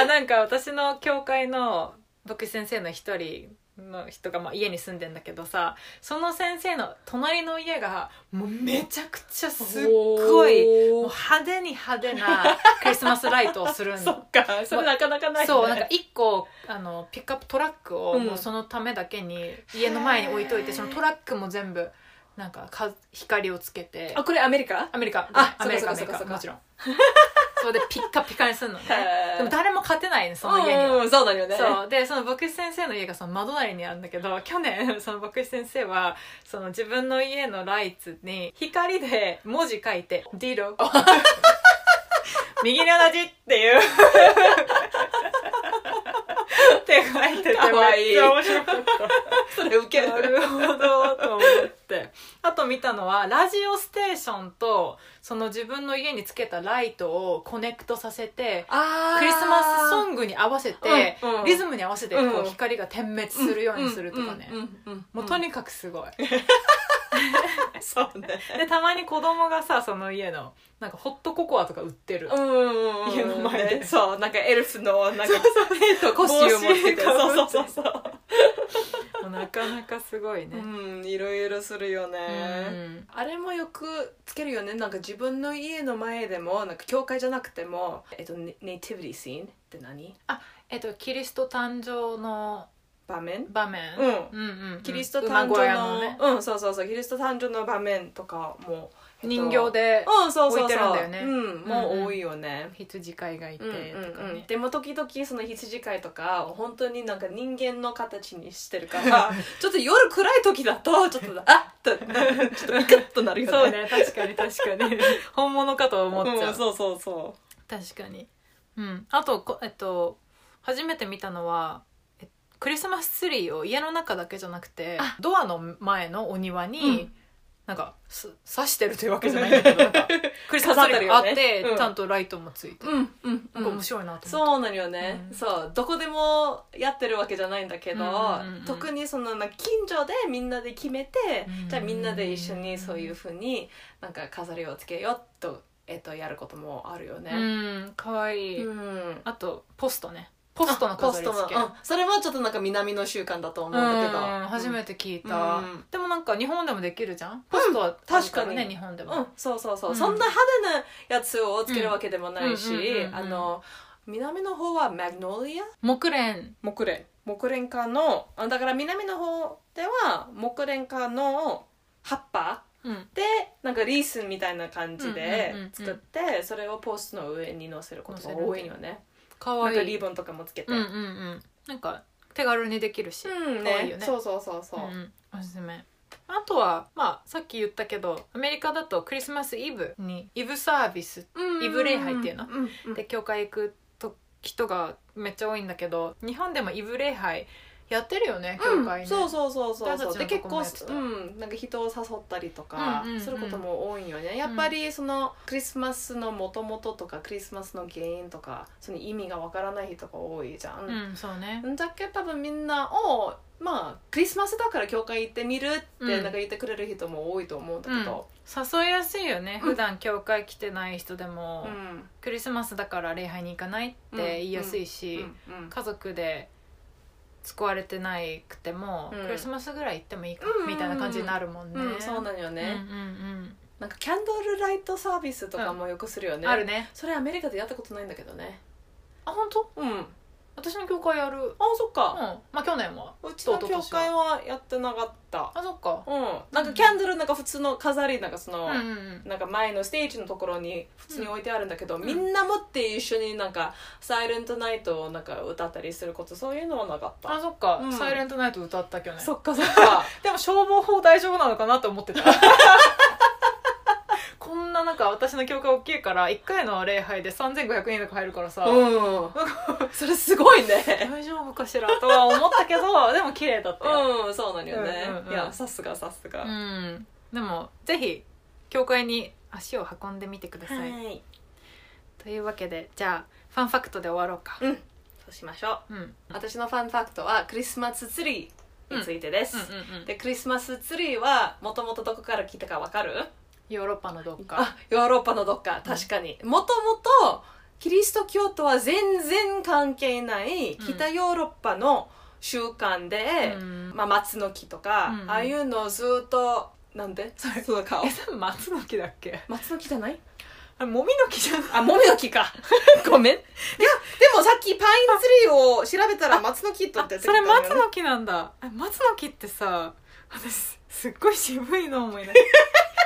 [SPEAKER 2] あなんか私の教会の牧師先生の一人の人が、まあ、家に住んでんだけどさその先生の隣の家がもうめちゃくちゃすっごいもう
[SPEAKER 1] お
[SPEAKER 2] [laughs]
[SPEAKER 1] ー
[SPEAKER 2] 派手に派手
[SPEAKER 1] [laughs]
[SPEAKER 2] なクリスマスライトをするん
[SPEAKER 1] そっかそれなかなかない、ね、
[SPEAKER 2] そうなんか一個あのピックアップトラックを
[SPEAKER 1] うん
[SPEAKER 2] もうそのためだけに家の前に置いといて、そのトラックも全部なんかか光をつけて
[SPEAKER 1] あこれアメリカ
[SPEAKER 2] アメリカ
[SPEAKER 1] あ
[SPEAKER 2] アメリカアメ
[SPEAKER 1] そ
[SPEAKER 2] リ
[SPEAKER 1] っかそ
[SPEAKER 2] カ
[SPEAKER 1] っか
[SPEAKER 2] もちろんそれでピッカピカにするのね
[SPEAKER 1] へー
[SPEAKER 2] でも誰も勝てないねその家には、
[SPEAKER 1] うん、そうだよね
[SPEAKER 2] そうでその牧師先生の家がその窓なりにあるんだ
[SPEAKER 1] [laughs]
[SPEAKER 2] けど去年その牧師先生はその自分の家のライツに光で文字書いて「ディ
[SPEAKER 1] [laughs]
[SPEAKER 2] ロ」
[SPEAKER 1] [laughs]
[SPEAKER 2] 右の同じっていう書いててめっちゃ
[SPEAKER 1] かわいい
[SPEAKER 2] 面白かった。
[SPEAKER 1] それ受け
[SPEAKER 2] な
[SPEAKER 1] る
[SPEAKER 2] るほどと思ってあと見たのはラジオステーションとその自分の家につけたライトをコネクトさせて
[SPEAKER 1] あ
[SPEAKER 2] クリスマスソ
[SPEAKER 1] グ
[SPEAKER 2] ングに合わせて、
[SPEAKER 1] うんうん
[SPEAKER 2] リズムに合わせてこ
[SPEAKER 1] うん
[SPEAKER 2] う光が点滅するようにするとかね、もうとにかくすごい
[SPEAKER 1] そうね
[SPEAKER 2] でたまに子供がさその家のなんかホットココアとか売ってる、
[SPEAKER 1] うん
[SPEAKER 2] 家の前で
[SPEAKER 1] そうなんかエルフのなんか
[SPEAKER 2] えっとコ
[SPEAKER 1] [laughs] 帽
[SPEAKER 2] ス
[SPEAKER 1] 子
[SPEAKER 2] チューム持ってて
[SPEAKER 1] かぶってそうそうそ
[SPEAKER 2] そ
[SPEAKER 1] うそう
[SPEAKER 2] うなかなかすごいね、
[SPEAKER 1] うんいろいろするよね、
[SPEAKER 2] うん
[SPEAKER 1] あれもよくつけるよねなんか自分の家の前でもなんか教会じゃなくてもえっとネネイティビティシーンって何
[SPEAKER 2] えっとキリスト誕生の
[SPEAKER 1] 場面
[SPEAKER 2] 場面、
[SPEAKER 1] うん
[SPEAKER 2] うんうんうん
[SPEAKER 1] キリスト
[SPEAKER 2] 馬
[SPEAKER 1] 誕
[SPEAKER 2] 小
[SPEAKER 1] 生
[SPEAKER 2] 屋
[SPEAKER 1] の
[SPEAKER 2] ね
[SPEAKER 1] うんそうそうそうキリスト誕生の場面とかも、えっと
[SPEAKER 2] 人形で
[SPEAKER 1] うんそうそうそう
[SPEAKER 2] 置いてるんだよね
[SPEAKER 1] うん、もう多いよね、
[SPEAKER 2] 羊飼いがいて
[SPEAKER 1] うんうん
[SPEAKER 2] とか
[SPEAKER 1] うん
[SPEAKER 2] ね
[SPEAKER 1] でも時々その羊飼いとか本当になんか人間の形にしてるから
[SPEAKER 2] [laughs]
[SPEAKER 1] ちょっと夜暗い時だとちょっとあっとちょっとビクッとなるよね
[SPEAKER 2] そうね確かに確かに
[SPEAKER 1] [laughs]
[SPEAKER 2] 本物かと思っちゃう,、
[SPEAKER 1] うんそうそうそ
[SPEAKER 2] 確かにうんあとこえっと初めて見たのはえクリスマスツリーを家の中だけじゃなくて
[SPEAKER 1] あ
[SPEAKER 2] ドアの前のお庭に、
[SPEAKER 1] うん
[SPEAKER 2] なんかす刺してるというわけじゃないんだけ
[SPEAKER 1] [laughs]
[SPEAKER 2] どなんかクリスマスツリーがあ
[SPEAKER 1] 飾
[SPEAKER 2] って
[SPEAKER 1] ってるよねうん
[SPEAKER 2] ちゃんとライトもついて、
[SPEAKER 1] ううんうん
[SPEAKER 2] なんか面白いなと思って
[SPEAKER 1] そうなのよね、
[SPEAKER 2] うん
[SPEAKER 1] そうどこでもやってるわけじゃないんだけど、
[SPEAKER 2] うんうんうん
[SPEAKER 1] 特にそのなんか近所でみんなで決めて、
[SPEAKER 2] うん
[SPEAKER 1] じゃあみんなで一緒にそういうふうになんか飾りをつけようと,、えっとやることもあるよね。
[SPEAKER 2] うんかわいい、
[SPEAKER 1] うん
[SPEAKER 2] あとポストねポストの飾り
[SPEAKER 1] ポス
[SPEAKER 2] 付
[SPEAKER 1] ト
[SPEAKER 2] け
[SPEAKER 1] のうんそれはちょっとなんか南の習慣だと思うんだけど、
[SPEAKER 2] うん初めて聞いた、
[SPEAKER 1] うん
[SPEAKER 2] でもなんか日本でもできるじゃんポストはあるら
[SPEAKER 1] 確か
[SPEAKER 2] ね
[SPEAKER 1] に
[SPEAKER 2] 日本でも、
[SPEAKER 1] うん、そうそうそう、
[SPEAKER 2] うん
[SPEAKER 1] そんな派手なやつをつけるわけでもないし、
[SPEAKER 2] うんうんうんうん
[SPEAKER 1] あの南の方はマグノリア
[SPEAKER 2] 木蓮
[SPEAKER 1] 木蓮木蓮科のあだから南の方では木蓮科の葉っぱ
[SPEAKER 2] うん
[SPEAKER 1] でなんかリースみたいな感じで
[SPEAKER 2] うんうんうんうん
[SPEAKER 1] 作って、それをポストの上に乗せることが多いよね
[SPEAKER 2] か
[SPEAKER 1] な
[SPEAKER 2] わ
[SPEAKER 1] ん
[SPEAKER 2] い
[SPEAKER 1] か
[SPEAKER 2] い
[SPEAKER 1] リボンとかもつけて
[SPEAKER 2] うんうんうんなんか手軽にできるし、
[SPEAKER 1] うん
[SPEAKER 2] 可愛い
[SPEAKER 1] ね
[SPEAKER 2] よね
[SPEAKER 1] そうそうそうそう、
[SPEAKER 2] んおすすめあとはまあさっき言ったけどアメリカだとクリスマスイブにイブサービスイブ礼拝っていうの
[SPEAKER 1] んうん
[SPEAKER 2] で教会行くと人がめっちゃ多いんだけど日本でもイブ礼拝やってるよね教会ね、
[SPEAKER 1] うん、そうそうそうそうそうで
[SPEAKER 2] 私たちの
[SPEAKER 1] 結
[SPEAKER 2] とこも
[SPEAKER 1] 構
[SPEAKER 2] やってた
[SPEAKER 1] うんなんか人を誘ったりとか
[SPEAKER 2] うんうんうん
[SPEAKER 1] することも多いよね、やっぱりそのクリスマスのもともととかクリスマスの原因とかその意味がわからない人が多いじゃん、
[SPEAKER 2] うんそうね
[SPEAKER 1] だけど多分みんなをまあクリスマスだから教会行ってみるっ
[SPEAKER 2] う
[SPEAKER 1] て
[SPEAKER 2] ん
[SPEAKER 1] なんか言ってくれる人も多いと思うんだけど
[SPEAKER 2] 誘いやすいよね
[SPEAKER 1] うん
[SPEAKER 2] 普段教会来てない人でも、
[SPEAKER 1] うん
[SPEAKER 2] クリスマスだから礼拝に行かないって言いやすいし、
[SPEAKER 1] うんうん
[SPEAKER 2] 家族で救われてないくても、
[SPEAKER 1] うん
[SPEAKER 2] クリスマスぐらい行ってもいいか、
[SPEAKER 1] うん
[SPEAKER 2] みたいな感じになるもんね、
[SPEAKER 1] うんそうなんよね、
[SPEAKER 2] うんうん
[SPEAKER 1] なんかキャンドルライトサービスとかもよくするよ
[SPEAKER 2] う
[SPEAKER 1] ね、
[SPEAKER 2] んあるね
[SPEAKER 1] それアメリカでやったことないんだけどね
[SPEAKER 2] あ本当
[SPEAKER 1] うんあ
[SPEAKER 2] 私の教会やるうん
[SPEAKER 1] そっか、
[SPEAKER 2] まあ去年は
[SPEAKER 1] うちの教会
[SPEAKER 2] は
[SPEAKER 1] はやってなかった
[SPEAKER 2] あそっか
[SPEAKER 1] うんなんかキャンドルなんか普通の飾りなんかその、
[SPEAKER 2] うんうんうん
[SPEAKER 1] なんか前のステージのところに普通に置いてあるんだけど、みんな持って一緒になんか「サイレントナイト」をなんか歌ったりすることそういうのはなかっ
[SPEAKER 2] あ
[SPEAKER 1] た
[SPEAKER 2] そっか、
[SPEAKER 1] うん
[SPEAKER 2] サイレントナイト歌った去年
[SPEAKER 1] そっかそっか
[SPEAKER 2] でも消防法大丈夫なのかなと思ってた [laughs] こんななんか私の教会大きいから1回の礼拝で3500円とか入るからさ、
[SPEAKER 1] うんそれすごいね
[SPEAKER 2] 大丈夫かしらとは思ったけどでも綺麗だったよ、
[SPEAKER 1] うんそうなのよね、
[SPEAKER 2] うんうんうん
[SPEAKER 1] いやさすがさすが、
[SPEAKER 2] う
[SPEAKER 1] は
[SPEAKER 2] ん、でもぜひ教会に足を運んでみてください、
[SPEAKER 1] い
[SPEAKER 2] というわけでじゃあファンファクトで終わろうか
[SPEAKER 1] うんそうしましょう
[SPEAKER 2] うん、うん、
[SPEAKER 1] 私のファンファクトはクリスマスツリーについてです、
[SPEAKER 2] うんうん
[SPEAKER 1] でクリスマスツリーはもともとどこから来たかわかる
[SPEAKER 2] ヨーロッパのどっか
[SPEAKER 1] あヨーロッパのどっか確かにもともとキリスト教とは全然関係ない
[SPEAKER 2] うん
[SPEAKER 1] 北ヨーロッパの習慣で、
[SPEAKER 2] うん
[SPEAKER 1] まあ、松の木とか、
[SPEAKER 2] うんうん
[SPEAKER 1] ああいうのをずっとなんで [laughs] それその顔
[SPEAKER 2] えそれ松の木だっけ
[SPEAKER 1] 松の木じゃない
[SPEAKER 2] あれもみの木じゃない
[SPEAKER 1] あもみの木かごめんいや [laughs] でもさっきパインツリーを調べたら松の木と
[SPEAKER 2] あ
[SPEAKER 1] って出てき
[SPEAKER 2] そ
[SPEAKER 1] た
[SPEAKER 2] れ
[SPEAKER 1] んだよね
[SPEAKER 2] 松の木なんだあ松の木ってさ私すっごい渋いの思 [laughs] い出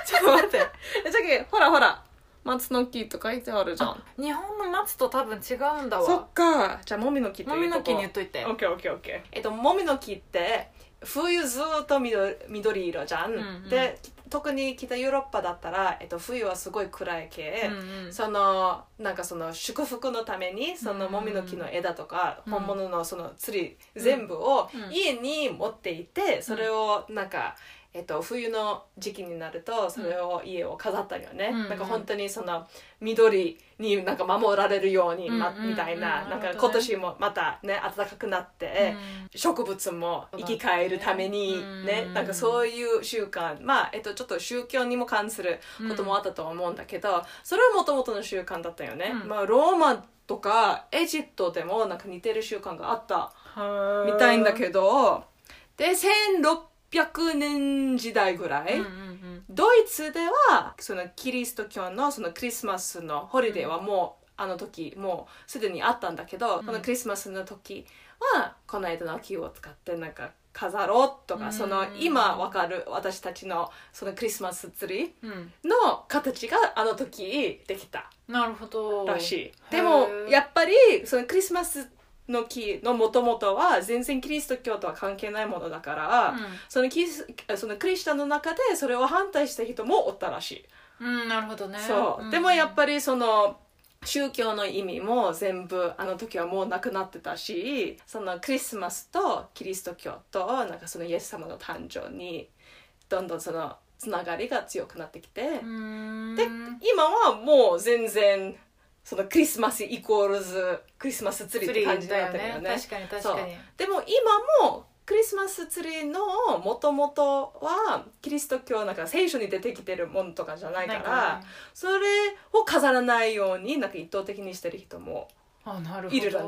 [SPEAKER 2] ちょっと待って
[SPEAKER 1] えじゃけほらほら松の木と書いてあるじゃん
[SPEAKER 2] 日本の松と多分違うんだ
[SPEAKER 1] そ
[SPEAKER 2] わ
[SPEAKER 1] っかじゃあもみの木って
[SPEAKER 2] もみの木に言っ
[SPEAKER 1] って
[SPEAKER 2] といて
[SPEAKER 1] オッケーオッケーオッケーえっともみの木って冬ずっと緑緑色じゃん、
[SPEAKER 2] んうん
[SPEAKER 1] で特に北ヨーロッパだったら、えっと、冬はすごい暗い系、
[SPEAKER 2] うんうん
[SPEAKER 1] そのなんかその祝福のためにその
[SPEAKER 2] うん
[SPEAKER 1] もみの木の枝とか
[SPEAKER 2] うん
[SPEAKER 1] 本物のそのツリー全部を
[SPEAKER 2] うん
[SPEAKER 1] 家に持っていてそれをなんか、えっと、冬の時期になるとそれを家を飾ったりよね、
[SPEAKER 2] うん
[SPEAKER 1] なんか本当にその緑になんか守られるように、ま
[SPEAKER 2] うんうん
[SPEAKER 1] みたいな,、
[SPEAKER 2] うん
[SPEAKER 1] なんか
[SPEAKER 2] なる
[SPEAKER 1] 今
[SPEAKER 2] ほどね
[SPEAKER 1] 年もまたね暖かくなって。
[SPEAKER 2] うん
[SPEAKER 1] 植物も生き返るためにね
[SPEAKER 2] うん
[SPEAKER 1] なんかそういう習慣まあ、えっと、ちょっと宗教にも関することもあったとは思うんだけど、それはもともとの習慣だったよね、
[SPEAKER 2] うん
[SPEAKER 1] まあ、ローマとかエジプトでもなんか似てる習慣があった
[SPEAKER 2] はー
[SPEAKER 1] みたいんだけどで1600年時代ぐらい、
[SPEAKER 2] うんうん
[SPEAKER 1] ドイツではそのキリスト教のそのクリスマスのホリデーはもう、あの時もうすでにあったんだけど、
[SPEAKER 2] うん
[SPEAKER 1] このクリスマスの時はこの間の木を使ってなんか飾ろうとか、
[SPEAKER 2] うん
[SPEAKER 1] その今わかる私たちのそのクリスマスツリ
[SPEAKER 2] うんうん
[SPEAKER 1] ーの形があの時できた
[SPEAKER 2] なるほど
[SPEAKER 1] らしい。
[SPEAKER 2] へ
[SPEAKER 1] でも
[SPEAKER 2] ー
[SPEAKER 1] やっぱりそのクリスマスの木の元々は全然キリスト教とは関係ないものだから、
[SPEAKER 2] う
[SPEAKER 1] そのキリスそのクリスチャンの中でそれを反対した人もおったらしい。
[SPEAKER 2] ん、うん、なるほどね
[SPEAKER 1] そう、
[SPEAKER 2] ん
[SPEAKER 1] でもやっぱりその宗教の意味も全部あの時はもうなくなってたしそのクリスマスとキリスト教となんかそのイエス様の誕生にどんどんそのつながりが強くなってきて、
[SPEAKER 2] うーん
[SPEAKER 1] で今はもう全然そのクリスマスイコールズクリスマスツリーって感じだったよね
[SPEAKER 2] 確かに確かに
[SPEAKER 1] でも今もクリスマスツリーのもともとはキリスト教なんか聖書に出てきてるものとかじゃないからそれを飾らないようになんか一等的にしてる人も
[SPEAKER 2] あなるほど
[SPEAKER 1] いるら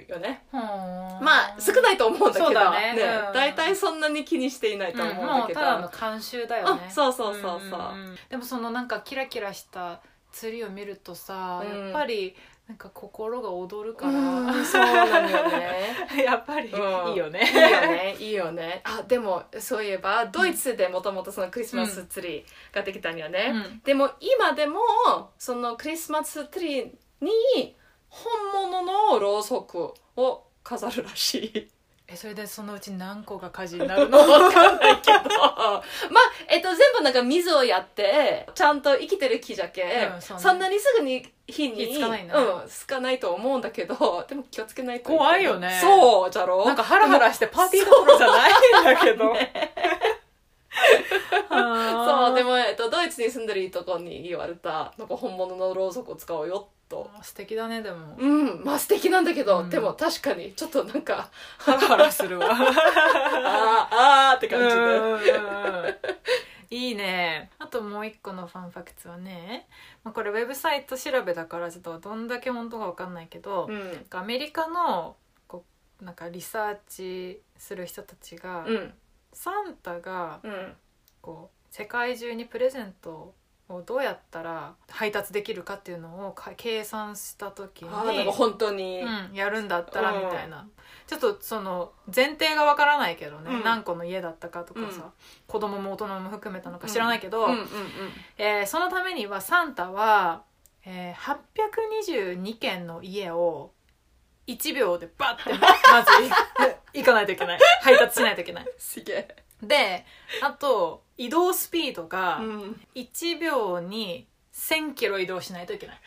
[SPEAKER 1] いるよねま
[SPEAKER 2] ま
[SPEAKER 1] あ少ないと思うんだけど
[SPEAKER 2] そうだねうん
[SPEAKER 1] 大体そんなに気にしていないと思うんだ
[SPEAKER 2] もう
[SPEAKER 1] けど、
[SPEAKER 2] ただの慣習だよね
[SPEAKER 1] あそうそうそうそう、
[SPEAKER 2] んんんでもそのなんかキラキラしたツリーを見るとさ、
[SPEAKER 1] うん
[SPEAKER 2] やっぱりなんか心が躍るか
[SPEAKER 1] うん
[SPEAKER 2] ら、
[SPEAKER 1] そうなのよね
[SPEAKER 2] [laughs] やっぱりい
[SPEAKER 1] うん
[SPEAKER 2] いよね、
[SPEAKER 1] いいよねいいよねあでもそういえばドイツでもともとそのクリスマスツリーができたんよね、
[SPEAKER 2] うん
[SPEAKER 1] でも今でもそのクリスマスツリーに本物のろうそくを飾るらしい
[SPEAKER 2] [laughs] えそれでそのうち何個が火事になる
[SPEAKER 1] [laughs]
[SPEAKER 2] の
[SPEAKER 1] まあ、えっと、全部なんか水をやって、ちゃんと生きてる木じゃけ、
[SPEAKER 2] うんそう
[SPEAKER 1] そ
[SPEAKER 2] ね
[SPEAKER 1] んなにすぐに火に、
[SPEAKER 2] 火つかないな
[SPEAKER 1] うん、つかないと思うんだけど、でも気をつけないとけな。
[SPEAKER 2] 怖いよね
[SPEAKER 1] そう、じゃろ
[SPEAKER 2] なんかハラハラしてパーティーどころじゃないんだけど、 [laughs]
[SPEAKER 1] そう、で
[SPEAKER 2] も
[SPEAKER 1] も、えっと、ドイツに住んでるいとこに言われた、なんか本物のろうそくを使おうよ、と。
[SPEAKER 2] 素敵だねでも
[SPEAKER 1] うん、まあ素敵なんだけど、
[SPEAKER 2] うん
[SPEAKER 1] でも確かに、ちょっとなんか、
[SPEAKER 2] ハラハラするわ
[SPEAKER 1] [laughs] ああ、あーって感じで。
[SPEAKER 2] でいいねあともう一個のファンファクツはね、まあ、これウェブサイト調べだからちょっとどんだけ本当か分かんないけど、
[SPEAKER 1] う
[SPEAKER 2] なん
[SPEAKER 1] ん。
[SPEAKER 2] かアメリカのこうなんかリサーチする人たちが、
[SPEAKER 1] うん。
[SPEAKER 2] サンタが
[SPEAKER 1] うん。
[SPEAKER 2] こう世界中にプレゼントをどうやったら配達できるかっていうのをか計算した時に
[SPEAKER 1] あーなんか本当に。
[SPEAKER 2] うん、やるんだったらみたいな、ちょっとその前提がわからないけどね、
[SPEAKER 1] うん
[SPEAKER 2] 何個の家だったかとかさ、
[SPEAKER 1] うん
[SPEAKER 2] 子供も大人も含めたのか知らないけど、
[SPEAKER 1] うんうん
[SPEAKER 2] えーそのためにはサンタは、えー822軒の家を1秒でバッてまず行かないといけない配達しないといけない
[SPEAKER 1] すげえ。
[SPEAKER 2] であと移動スピードが
[SPEAKER 1] ん。
[SPEAKER 2] 1秒に1000キロ移動しないと
[SPEAKER 1] [laughs]
[SPEAKER 2] いけない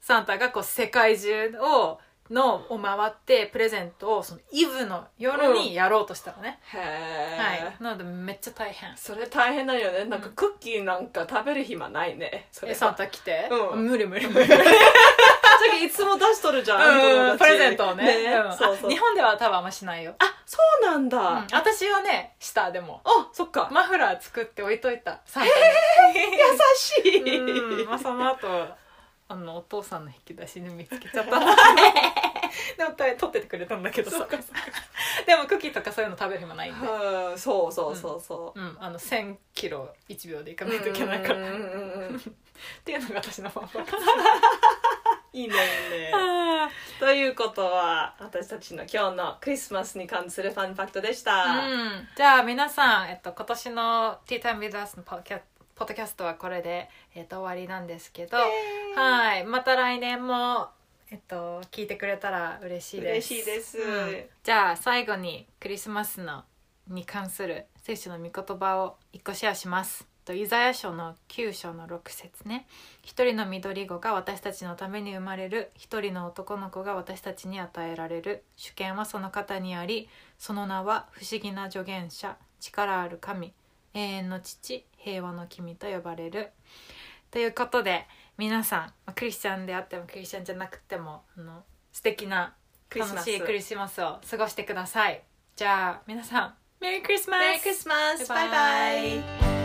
[SPEAKER 2] サンタがこう世界中をのを回ってプレゼントをそのイブの夜にやろうとしたのね、
[SPEAKER 1] へ
[SPEAKER 2] は
[SPEAKER 1] え、
[SPEAKER 2] いなのでめっちゃ大変
[SPEAKER 1] それ大変だよねなんかクッキーなんか食べる暇ないねそれ
[SPEAKER 2] えサンタ来て、
[SPEAKER 1] うん
[SPEAKER 2] 無理
[SPEAKER 1] [laughs]
[SPEAKER 2] 無理無理うん
[SPEAKER 1] さっきいつも出しとるじゃん、
[SPEAKER 2] プレゼントをねうん
[SPEAKER 1] そうそう
[SPEAKER 2] 日本では多分あんましないよ、
[SPEAKER 1] あそうなんだ、
[SPEAKER 2] うん私はねしたでも
[SPEAKER 1] あそっか、
[SPEAKER 2] マフラー作って置いといたサン
[SPEAKER 1] 優し
[SPEAKER 2] タに、
[SPEAKER 1] い、
[SPEAKER 2] うんまあその後あのお父さんの引き出し [laughs] で見つけちゃったでも取っててくれたんだけど
[SPEAKER 1] そ
[SPEAKER 2] さ
[SPEAKER 1] っか
[SPEAKER 2] でもクッキーとかそういうの食べる暇ないんで
[SPEAKER 1] うんそうそうそうそ
[SPEAKER 2] うん、あの1000キロ1秒で行か
[SPEAKER 1] う、
[SPEAKER 2] ないといけないから、
[SPEAKER 1] うんうん
[SPEAKER 2] っ
[SPEAKER 1] うんうん
[SPEAKER 2] ていうのが私のファンファク
[SPEAKER 1] い
[SPEAKER 2] [laughs]
[SPEAKER 1] いねいいねということは私たちの今日のクリスマスに関するファンファクトでした、
[SPEAKER 2] うん、じゃあ皆さん、えっと、今年の「Tea Time with Us」のポッドキャポッドキャストはこれで、えっと、終わりなんですけど、はいまた来年も、えっと、聞いてくれたら嬉しいです
[SPEAKER 1] 嬉しいです
[SPEAKER 2] うんじゃあ最後にクリスマスのに関する聖書の御言葉を一個シェアします。とイザヤ書の9章の6節ね一人の緑子が私たちのために生まれる一人の男の子が私たちに与えられる主権はその方にありその名は不思議な助言者力ある神永遠の父平和の君と呼ばれるということで皆さんまあクリスチャンであってもクリスチャンじゃなくてもあの素敵な
[SPEAKER 1] クリス
[SPEAKER 2] 楽
[SPEAKER 1] マス
[SPEAKER 2] しいクリスマスを過ごしてくださいじゃあ皆さんメリークリスマス
[SPEAKER 1] メリークリスマスバイバイ